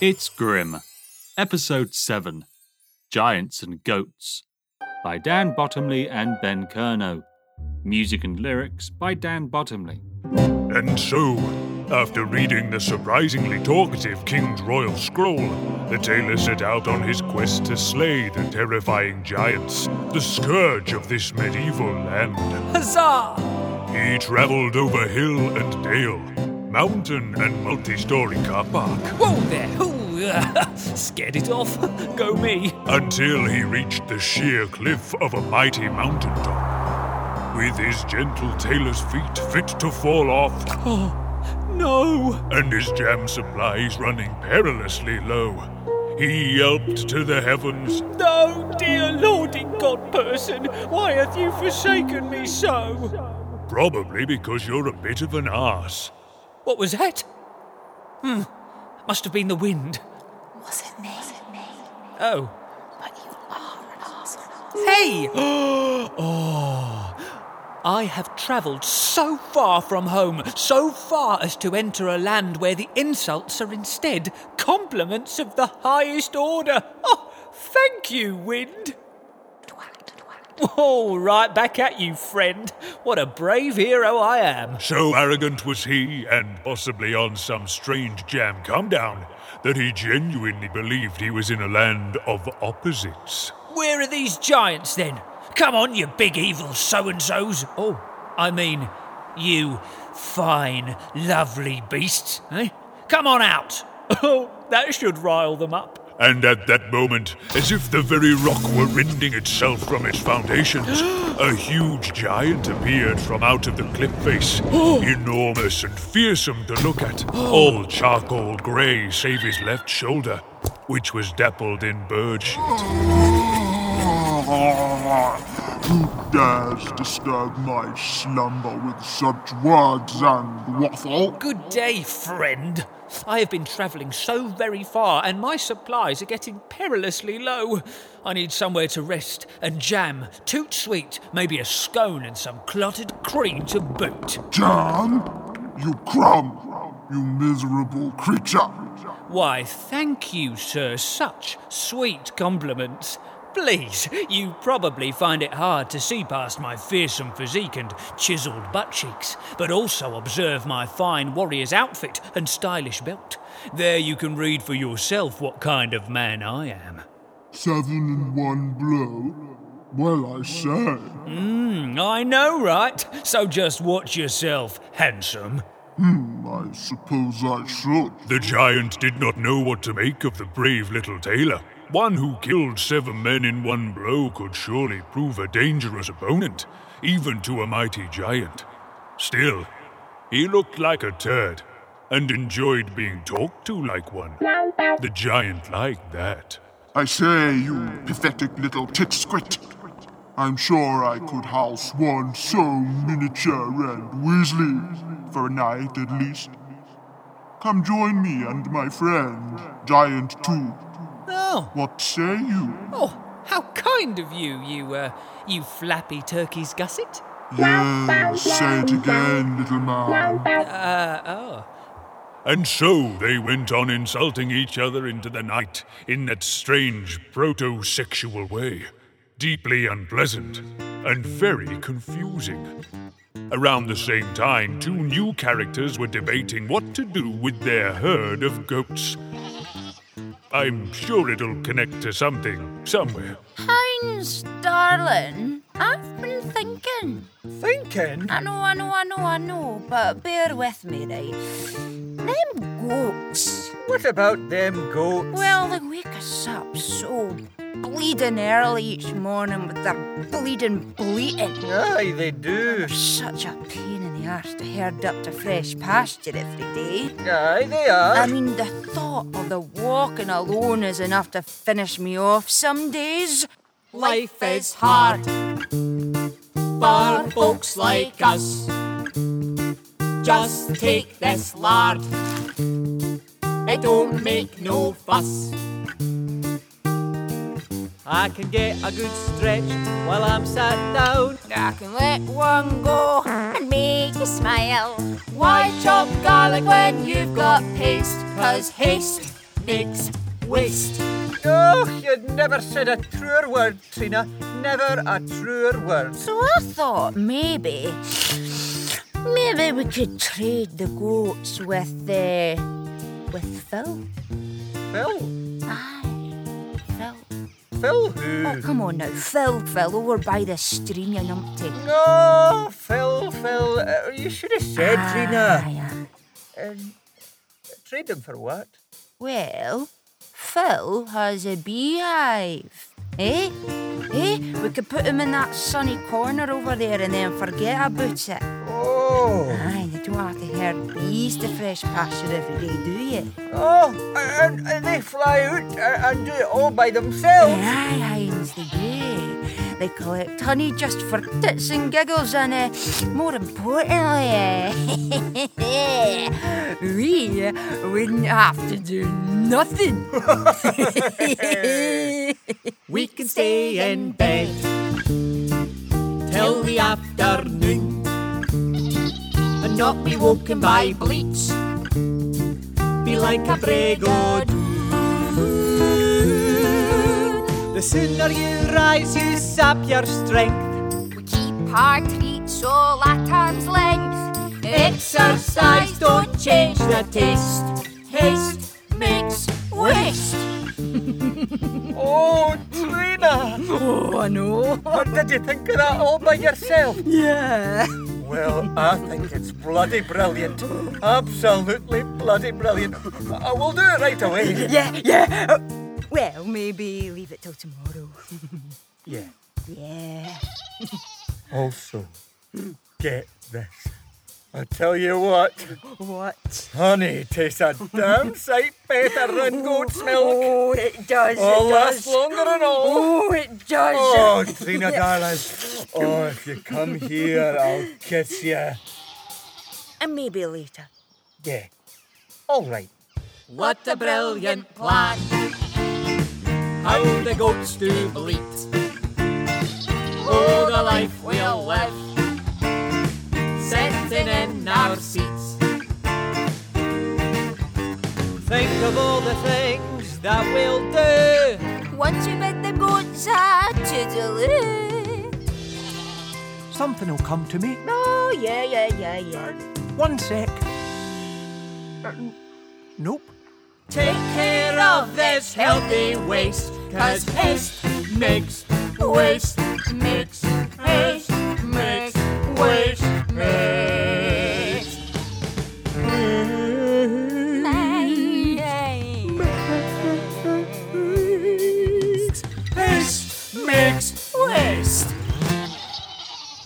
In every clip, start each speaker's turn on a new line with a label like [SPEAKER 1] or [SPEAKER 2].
[SPEAKER 1] It's Grim, Episode 7 Giants and Goats by Dan Bottomley and Ben Kerno. Music and lyrics by Dan Bottomley.
[SPEAKER 2] And so, after reading the surprisingly talkative King's Royal Scroll, the tailor set out on his quest to slay the terrifying giants, the scourge of this medieval land.
[SPEAKER 3] Huzzah!
[SPEAKER 2] He traveled over hill and dale, mountain and multi story car park,
[SPEAKER 3] Whoa there! Ooh, uh, scared it off. Go me.
[SPEAKER 2] until he reached the sheer cliff of a mighty mountain top. With his gentle tailor's feet fit to fall off,
[SPEAKER 3] No!
[SPEAKER 2] and his jam supplies running perilously low. He yelped to the heavens,
[SPEAKER 3] No, dear Lord in God person, why hath you forsaken me so?
[SPEAKER 2] probably because you're a bit of an ass.
[SPEAKER 3] What was that? Hmm, must have been the wind.
[SPEAKER 4] Was it me? Was it me?
[SPEAKER 3] Oh.
[SPEAKER 4] But you are an asshole.
[SPEAKER 3] Hey! oh! I have travelled so far from home, so far as to enter a land where the insults are instead compliments of the highest order. Oh, thank you, wind!
[SPEAKER 4] Twat, twat.
[SPEAKER 3] Whoa, right back at you, friend. What a brave hero I am.
[SPEAKER 2] So arrogant was he, and possibly on some strange jam come down, that he genuinely believed he was in a land of opposites.
[SPEAKER 3] Where are these giants then? Come on, you big evil so and so's. Oh, I mean, you fine, lovely beasts, eh? Come on out. Oh, that should rile them up.
[SPEAKER 2] And at that moment, as if the very rock were rending itself from its foundations, a huge giant appeared from out of the cliff face. Enormous and fearsome to look at, all charcoal grey save his left shoulder, which was dappled in bird shit.
[SPEAKER 5] Who dares disturb my slumber with such words and waffle?
[SPEAKER 3] Good day, friend. I have been travelling so very far, and my supplies are getting perilously low. I need somewhere to rest, and jam, toot sweet, maybe a scone and some clotted cream to boot.
[SPEAKER 5] Jam? You crumb, you miserable creature.
[SPEAKER 3] Why, thank you, sir. Such sweet compliments. Please, you probably find it hard to see past my fearsome physique and chiselled butt cheeks, but also observe my fine warrior's outfit and stylish belt. There you can read for yourself what kind of man I am.
[SPEAKER 5] Seven in one blow? Well, I say.
[SPEAKER 3] I know, right? So just watch yourself, handsome.
[SPEAKER 5] I suppose I should.
[SPEAKER 2] The giant did not know what to make of the brave little tailor. One who killed seven men in one blow could surely prove a dangerous opponent, even to a mighty giant. Still, he looked like a turd and enjoyed being talked to like one. The giant liked that.
[SPEAKER 5] I say, you pathetic little tit squit. I'm sure I could house one so miniature and weasley for a night at least. Come join me and my friend, Giant Two.
[SPEAKER 3] Oh,
[SPEAKER 5] What say you?
[SPEAKER 3] oh, how kind of you, you, uh, you flappy turkey's gusset.
[SPEAKER 5] Yes, Uh, say it again, little man.
[SPEAKER 2] And so they went on insulting each other into the night in that strange proto sexual way. Deeply unpleasant and very confusing. Around the same time, two new characters were debating what to do with their herd of goats. I'm sure it'll connect to something somewhere.
[SPEAKER 4] Hines, darling, I've been thinking.
[SPEAKER 3] Thinking?
[SPEAKER 4] I know, I know, I know, I know, but bear with me, right? Them goats.
[SPEAKER 3] What about them goats?
[SPEAKER 4] Well, they wake us up so bleeding early each morning with their bleeding bleating.
[SPEAKER 3] Aye, they do.
[SPEAKER 4] Such a pain in the arse to herd up to fresh pasture every day.
[SPEAKER 3] Aye, they are.
[SPEAKER 4] I mean, the thought of the walking alone is enough to finish me off some days.
[SPEAKER 6] Life is hard for folks like us. Just take this lard. They don't make no fuss. I can get a good stretch while I'm sat down.
[SPEAKER 4] I can let one go and make you smile.
[SPEAKER 6] Why chop garlic when you've got paste? Cause haste makes waste.
[SPEAKER 7] Oh, you'd never said a truer word, Trina. Never a truer word.
[SPEAKER 4] So I thought maybe. Maybe we could trade the goats with the. with Phil?
[SPEAKER 7] Phil?
[SPEAKER 4] Aye. Phil.
[SPEAKER 7] Phil who?
[SPEAKER 4] Oh, come on now. Phil, Phil, over by the stream, you numpty.
[SPEAKER 7] No, Phil, Phil. Oh, Uh, you should have said,
[SPEAKER 4] Ah.
[SPEAKER 7] Trina.
[SPEAKER 4] Aye, aye.
[SPEAKER 7] Um, trade them for what?
[SPEAKER 4] Well, Phil has a beehive. Eh? Eh? We could put him in that sunny corner over there and then forget about it.
[SPEAKER 7] Oh,
[SPEAKER 4] Aye, you don't have to hear bees to fresh pasture every day, do you?
[SPEAKER 7] oh, and, and they fly out uh, and do it all by themselves.
[SPEAKER 4] Aye, Hines, they do. They collect honey just for tits and giggles and, uh, more importantly, uh, we wouldn't have to do nothing.
[SPEAKER 6] We can stay in bed till the afternoon and not be woken by bleats. Be like a brego The sooner you rise, you sap your strength.
[SPEAKER 8] We keep our treats all at arm's length.
[SPEAKER 6] Exercise, don't change the taste. Haste.
[SPEAKER 8] makes waste.
[SPEAKER 7] Oh, Trina.
[SPEAKER 4] oh, I know.
[SPEAKER 7] What did you think of that all by yourself?
[SPEAKER 4] Yeah.
[SPEAKER 7] Well, I think it's bloody brilliant. Absolutely bloody brilliant. I will do it right away.
[SPEAKER 4] Yeah, yeah. Oh, Well, maybe leave it till tomorrow.
[SPEAKER 7] Yeah.
[SPEAKER 4] Yeah.
[SPEAKER 7] Also, get this. I tell you what,
[SPEAKER 4] What?
[SPEAKER 7] honey tastes a damn sight better than goat's milk.
[SPEAKER 4] Oh, it does.
[SPEAKER 7] Oh,
[SPEAKER 4] it
[SPEAKER 7] lasts
[SPEAKER 4] does.
[SPEAKER 7] longer and all.
[SPEAKER 4] Oh, it does.
[SPEAKER 7] Oh, Trina darling. Oh, if you come here, I'll kiss you.
[SPEAKER 4] And maybe later.
[SPEAKER 7] Yeah. All right.
[SPEAKER 6] What a brilliant plan! How the goats do bleat. Oh, the life we'll live, sitting in our seats. Think of all the things that we'll do.
[SPEAKER 8] Once we make the goats a toodaloo.
[SPEAKER 9] Something will come to me.
[SPEAKER 4] Oh, yeah, yeah, yeah, yeah.
[SPEAKER 9] One sec. Nope.
[SPEAKER 6] Take care of this healthy waste, cause haste makes waste, makes haste, makes waste, makes.
[SPEAKER 7] Haste makes waste.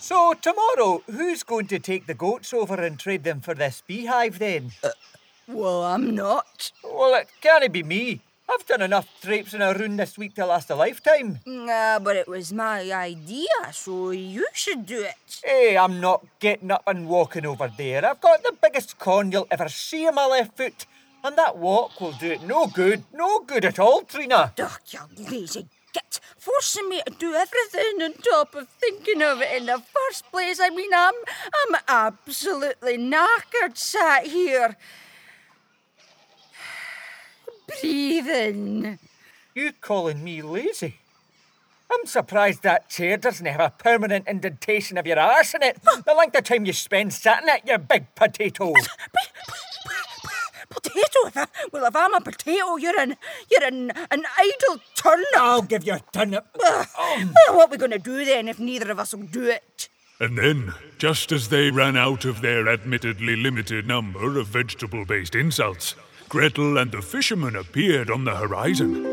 [SPEAKER 7] So, tomorrow, who's going to take the goats over and trade them for this beehive then?
[SPEAKER 4] Well, I'm not.
[SPEAKER 7] Well, it can't be me. I've done enough traipsing around this week to last a lifetime.
[SPEAKER 4] Nah, Uh, but it was my idea, so you should do it.
[SPEAKER 7] Hey, Eh, I'm not getting up and walking over there. I've got the biggest corn you'll ever see on my left foot. And that walk will do it no good, no good at all, Trina.
[SPEAKER 4] Ugh, you lazy git. Forcing me to do everything on top of thinking of it in the first place. I mean, I'm, I'm absolutely knackered sat here. Breathing.
[SPEAKER 7] You calling me lazy? I'm surprised that chair doesn't have a permanent indentation of your arse in it. the length of time you spend sat in it, you big potato.
[SPEAKER 4] Potato? If I, well, if I'm a potato, you're an, you're an, an idle turnip.
[SPEAKER 7] I'll give you a turnip.
[SPEAKER 4] Well, what are we going to do then if neither of us will do it?
[SPEAKER 2] And then, just as they ran out of their admittedly limited number of vegetable based insults, Gretel and the fisherman appeared on the horizon.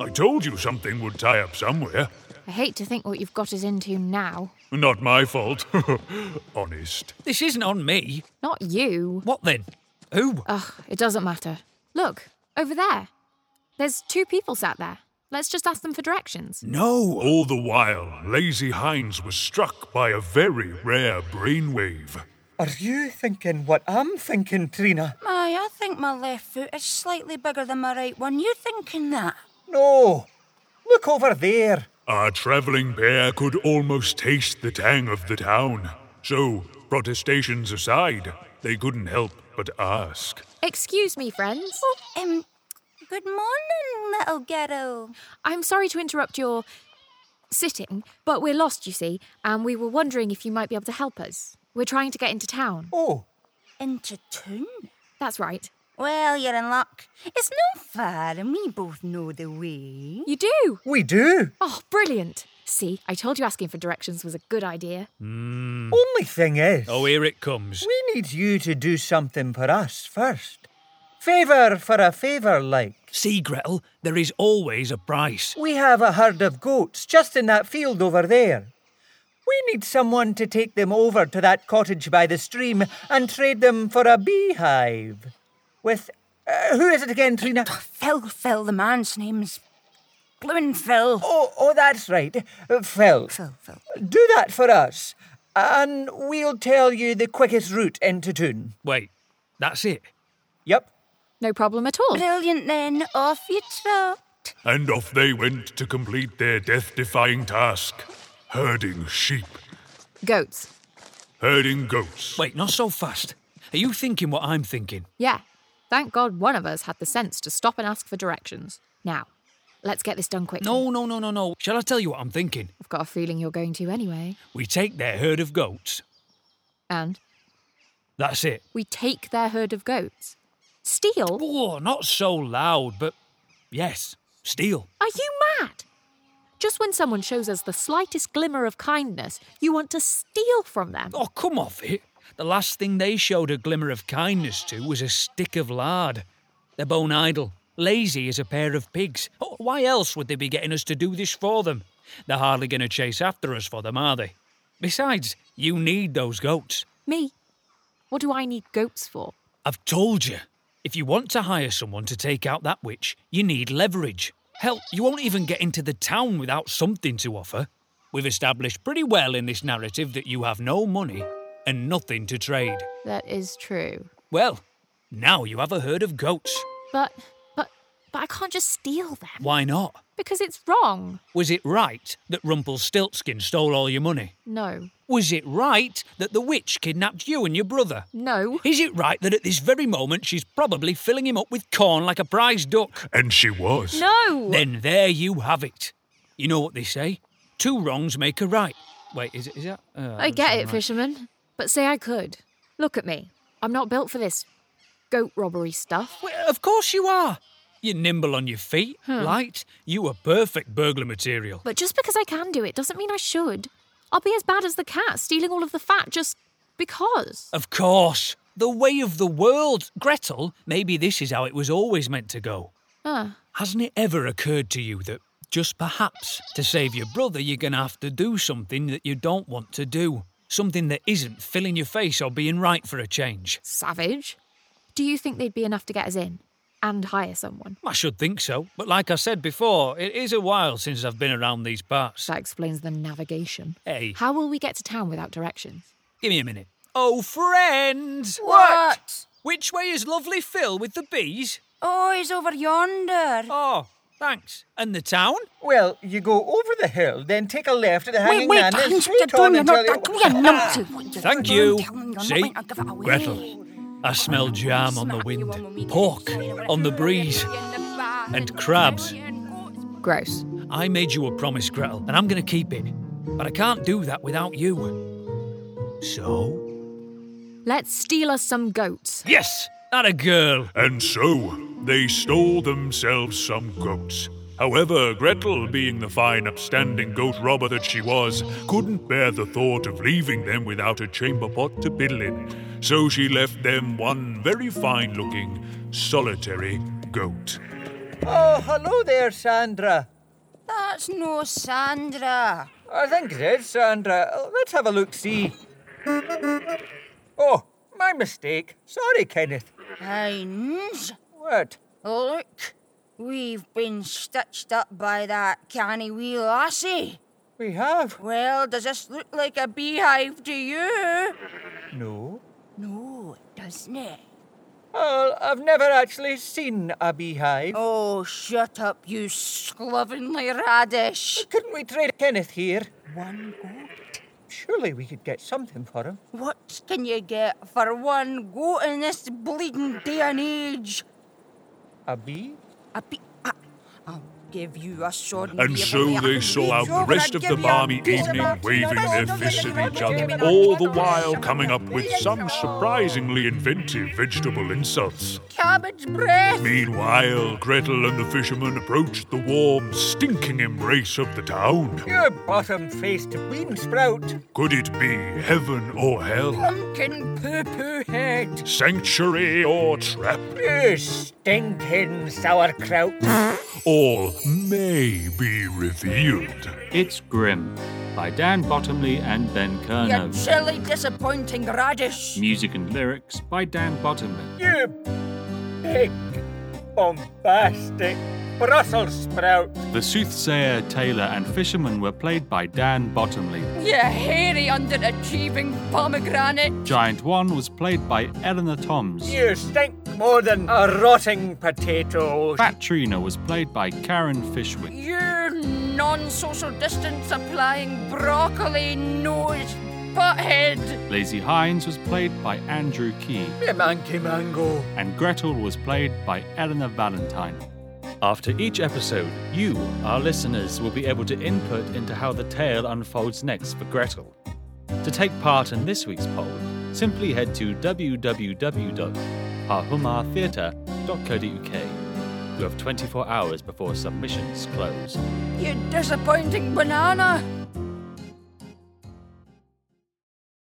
[SPEAKER 2] I told you something would tie up somewhere.
[SPEAKER 10] I hate to think what you've got us into now.
[SPEAKER 2] Not my fault. Honest.
[SPEAKER 3] This isn't on me.
[SPEAKER 10] Not you.
[SPEAKER 3] What then? Who?
[SPEAKER 10] Ugh, it doesn't matter. Look, over there. There's two people sat there. Let's just ask them for directions.
[SPEAKER 2] No! All the while, Lazy Hines was struck by a very rare brainwave.
[SPEAKER 7] Are you thinking what I'm thinking, Trina?
[SPEAKER 4] Aye, I think my left foot is slightly bigger than my right one. You're thinking that?
[SPEAKER 7] No. Look over there.
[SPEAKER 2] Our travelling pair could almost taste the tang of the town. So, protestations aside, they couldn't help but ask.
[SPEAKER 10] Excuse me, friends.
[SPEAKER 4] Um,
[SPEAKER 11] Good morning, little ghetto.
[SPEAKER 10] I'm sorry to interrupt your sitting, but we're lost, you see, and we were wondering if you might be able to help us. We're trying to get into town.
[SPEAKER 7] Oh.
[SPEAKER 11] Into town?
[SPEAKER 10] That's right.
[SPEAKER 11] Well, you're in luck. It's no far, and we both know the way.
[SPEAKER 10] You do?
[SPEAKER 7] We do.
[SPEAKER 10] Oh, brilliant. See, I told you asking for directions was a good idea.
[SPEAKER 7] Mm. Only thing is.
[SPEAKER 3] Oh, here it comes.
[SPEAKER 7] We need you to do something for us first. Favour for a favour, like.
[SPEAKER 3] See, Gretel, there is always a price.
[SPEAKER 7] We have a herd of goats just in that field over there. We need someone to take them over to that cottage by the stream and trade them for a beehive. With. Uh, who is it again, Trina?
[SPEAKER 11] Phil, Phil, the man's name's Bloomin' Phil.
[SPEAKER 7] Oh, oh, that's right. Uh, Phil.
[SPEAKER 11] Phil, Phil.
[SPEAKER 7] Do that for us, and we'll tell you the quickest route into town.
[SPEAKER 3] Wait, that's it?
[SPEAKER 7] Yep.
[SPEAKER 10] No problem at all.
[SPEAKER 11] Brilliant then. Off you trot.
[SPEAKER 2] And off they went to complete their death defying task herding sheep.
[SPEAKER 10] Goats.
[SPEAKER 2] Herding goats.
[SPEAKER 3] Wait, not so fast. Are you thinking what I'm thinking?
[SPEAKER 10] Yeah. Thank God one of us had the sense to stop and ask for directions. Now, Let's get this done quickly.
[SPEAKER 3] No, no, no, no, no. Shall I tell you what I'm thinking?
[SPEAKER 10] I've got a feeling you're going to anyway.
[SPEAKER 3] We take their herd of goats.
[SPEAKER 10] And?
[SPEAKER 3] That's it.
[SPEAKER 10] We take their herd of goats. Steal?
[SPEAKER 3] Oh, not so loud, but yes, steal.
[SPEAKER 10] Are you mad? Just when someone shows us the slightest glimmer of kindness, you want to steal from them.
[SPEAKER 3] Oh, come off it. The last thing they showed a glimmer of kindness to was a stick of lard. They're bone idle lazy as a pair of pigs. Oh, why else would they be getting us to do this for them? They're hardly going to chase after us for them, are they? Besides, you need those goats.
[SPEAKER 10] Me? What do I need goats for?
[SPEAKER 3] I've told you. If you want to hire someone to take out that witch, you need leverage. Hell, you won't even get into the town without something to offer. We've established pretty well in this narrative that you have no money and nothing to trade.
[SPEAKER 10] That is true.
[SPEAKER 3] Well, now you have a herd of goats.
[SPEAKER 10] But but I can't just steal them.
[SPEAKER 3] Why not?
[SPEAKER 10] Because it's wrong.
[SPEAKER 3] Was it right that Rumpelstiltskin stole all your money?
[SPEAKER 10] No.
[SPEAKER 3] Was it right that the witch kidnapped you and your brother?
[SPEAKER 10] No.
[SPEAKER 3] Is it right that at this very moment she's probably filling him up with corn like a prize duck?
[SPEAKER 2] And she was.
[SPEAKER 10] No!
[SPEAKER 3] Then there you have it. You know what they say? Two wrongs make a right. Wait, is, it, is that. Uh,
[SPEAKER 10] I get it, right. fisherman. But say I could. Look at me. I'm not built for this goat robbery stuff.
[SPEAKER 3] Well, of course you are. You're nimble on your feet, hmm. light. You are perfect burglar material.
[SPEAKER 10] But just because I can do it doesn't mean I should. I'll be as bad as the cat, stealing all of the fat just because.
[SPEAKER 3] Of course. The way of the world. Gretel, maybe this is how it was always meant to go.
[SPEAKER 10] Huh.
[SPEAKER 3] Hasn't it ever occurred to you that just perhaps to save your brother, you're going to have to do something that you don't want to do? Something that isn't filling your face or being right for a change.
[SPEAKER 10] Savage. Do you think they'd be enough to get us in? and hire someone.
[SPEAKER 3] I should think so. But like I said before, it is a while since I've been around these parts.
[SPEAKER 10] That explains the navigation.
[SPEAKER 3] Hey.
[SPEAKER 10] How will we get to town without directions?
[SPEAKER 3] Give me a minute. Oh, friend!
[SPEAKER 11] What? what?
[SPEAKER 3] Which way is lovely Phil with the bees?
[SPEAKER 11] Oh, he's over yonder.
[SPEAKER 3] Oh, thanks. And the town?
[SPEAKER 7] Well, you go over the hill, then take a left at the
[SPEAKER 11] wait,
[SPEAKER 7] hanging
[SPEAKER 11] wait,
[SPEAKER 7] man.
[SPEAKER 11] Wait, wait, don't you not that. You're not to.
[SPEAKER 3] Thank you. See? Gretel. I smell jam on the wind, pork on the breeze, and crabs.
[SPEAKER 10] Gross.
[SPEAKER 3] I made you a promise, Gretel, and I'm going to keep it. But I can't do that without you. So?
[SPEAKER 10] Let's steal us some goats.
[SPEAKER 3] Yes, that a girl.
[SPEAKER 2] And so, they stole themselves some goats. However, Gretel, being the fine, upstanding goat robber that she was, couldn't bear the thought of leaving them without a chamber pot to piddle in. So she left them one very fine looking, solitary goat.
[SPEAKER 7] Oh, hello there, Sandra.
[SPEAKER 11] That's no Sandra.
[SPEAKER 7] I think it is, Sandra. Let's have a look see. Oh, my mistake. Sorry, Kenneth.
[SPEAKER 11] Hines?
[SPEAKER 7] What?
[SPEAKER 11] Look. We've been stitched up by that canny wee lassie.
[SPEAKER 7] We have.
[SPEAKER 11] Well, does this look like a beehive to you?
[SPEAKER 7] No.
[SPEAKER 11] No, it doesn't it?
[SPEAKER 7] Well, I've never actually seen a beehive.
[SPEAKER 11] Oh, shut up, you slovenly radish.
[SPEAKER 7] Couldn't we trade Kenneth here?
[SPEAKER 11] One goat?
[SPEAKER 7] Surely we could get something for him.
[SPEAKER 11] What can you get for one goat in this bleeding day and age?
[SPEAKER 7] A bee?
[SPEAKER 11] I be.
[SPEAKER 4] ah,
[SPEAKER 11] I, I'll give you a sword.
[SPEAKER 2] And
[SPEAKER 11] be a
[SPEAKER 2] so
[SPEAKER 11] bully.
[SPEAKER 2] they
[SPEAKER 11] I'll
[SPEAKER 2] saw
[SPEAKER 11] be
[SPEAKER 2] out
[SPEAKER 11] sure
[SPEAKER 2] the rest
[SPEAKER 11] I'd
[SPEAKER 2] of
[SPEAKER 11] give
[SPEAKER 2] the
[SPEAKER 11] you a
[SPEAKER 2] balmy
[SPEAKER 11] piece of
[SPEAKER 2] evening,
[SPEAKER 11] marks.
[SPEAKER 2] waving their fists at each other, all the while coming up with some surprisingly inventive vegetable insults.
[SPEAKER 4] Cabbage breath.
[SPEAKER 2] Meanwhile, Gretel and the fisherman approached the warm, stinking embrace of the town.
[SPEAKER 7] You bottom faced bean sprout.
[SPEAKER 2] Could it be heaven or hell?
[SPEAKER 7] Pumpkin poo poo head.
[SPEAKER 2] Sanctuary or trap?
[SPEAKER 7] You stinking sauerkraut.
[SPEAKER 2] All may be revealed.
[SPEAKER 1] It's Grim by Dan Bottomley and Ben
[SPEAKER 4] You
[SPEAKER 1] Kerno.
[SPEAKER 4] silly, disappointing radish.
[SPEAKER 1] Music and lyrics by Dan Bottomley.
[SPEAKER 7] You big, bombastic Brussels sprout.
[SPEAKER 1] The soothsayer, tailor, and fisherman were played by Dan Bottomley.
[SPEAKER 4] You hairy, underachieving pomegranate.
[SPEAKER 1] Giant One was played by Eleanor Toms.
[SPEAKER 7] You stink more than a rotting potato.
[SPEAKER 1] Fat Trina was played by Karen Fishwick.
[SPEAKER 4] You non social distance applying broccoli nosed butthead.
[SPEAKER 1] Lazy Hines was played by Andrew Key.
[SPEAKER 7] Monkey mango.
[SPEAKER 1] and Gretel was played by Eleanor Valentine. After each episode, you, our listeners, will be able to input into how the tale unfolds next for Gretel. To take part in this week's poll, simply head to www.parhumartheatre.co.uk. You have 24 hours before submissions close.
[SPEAKER 4] You disappointing banana.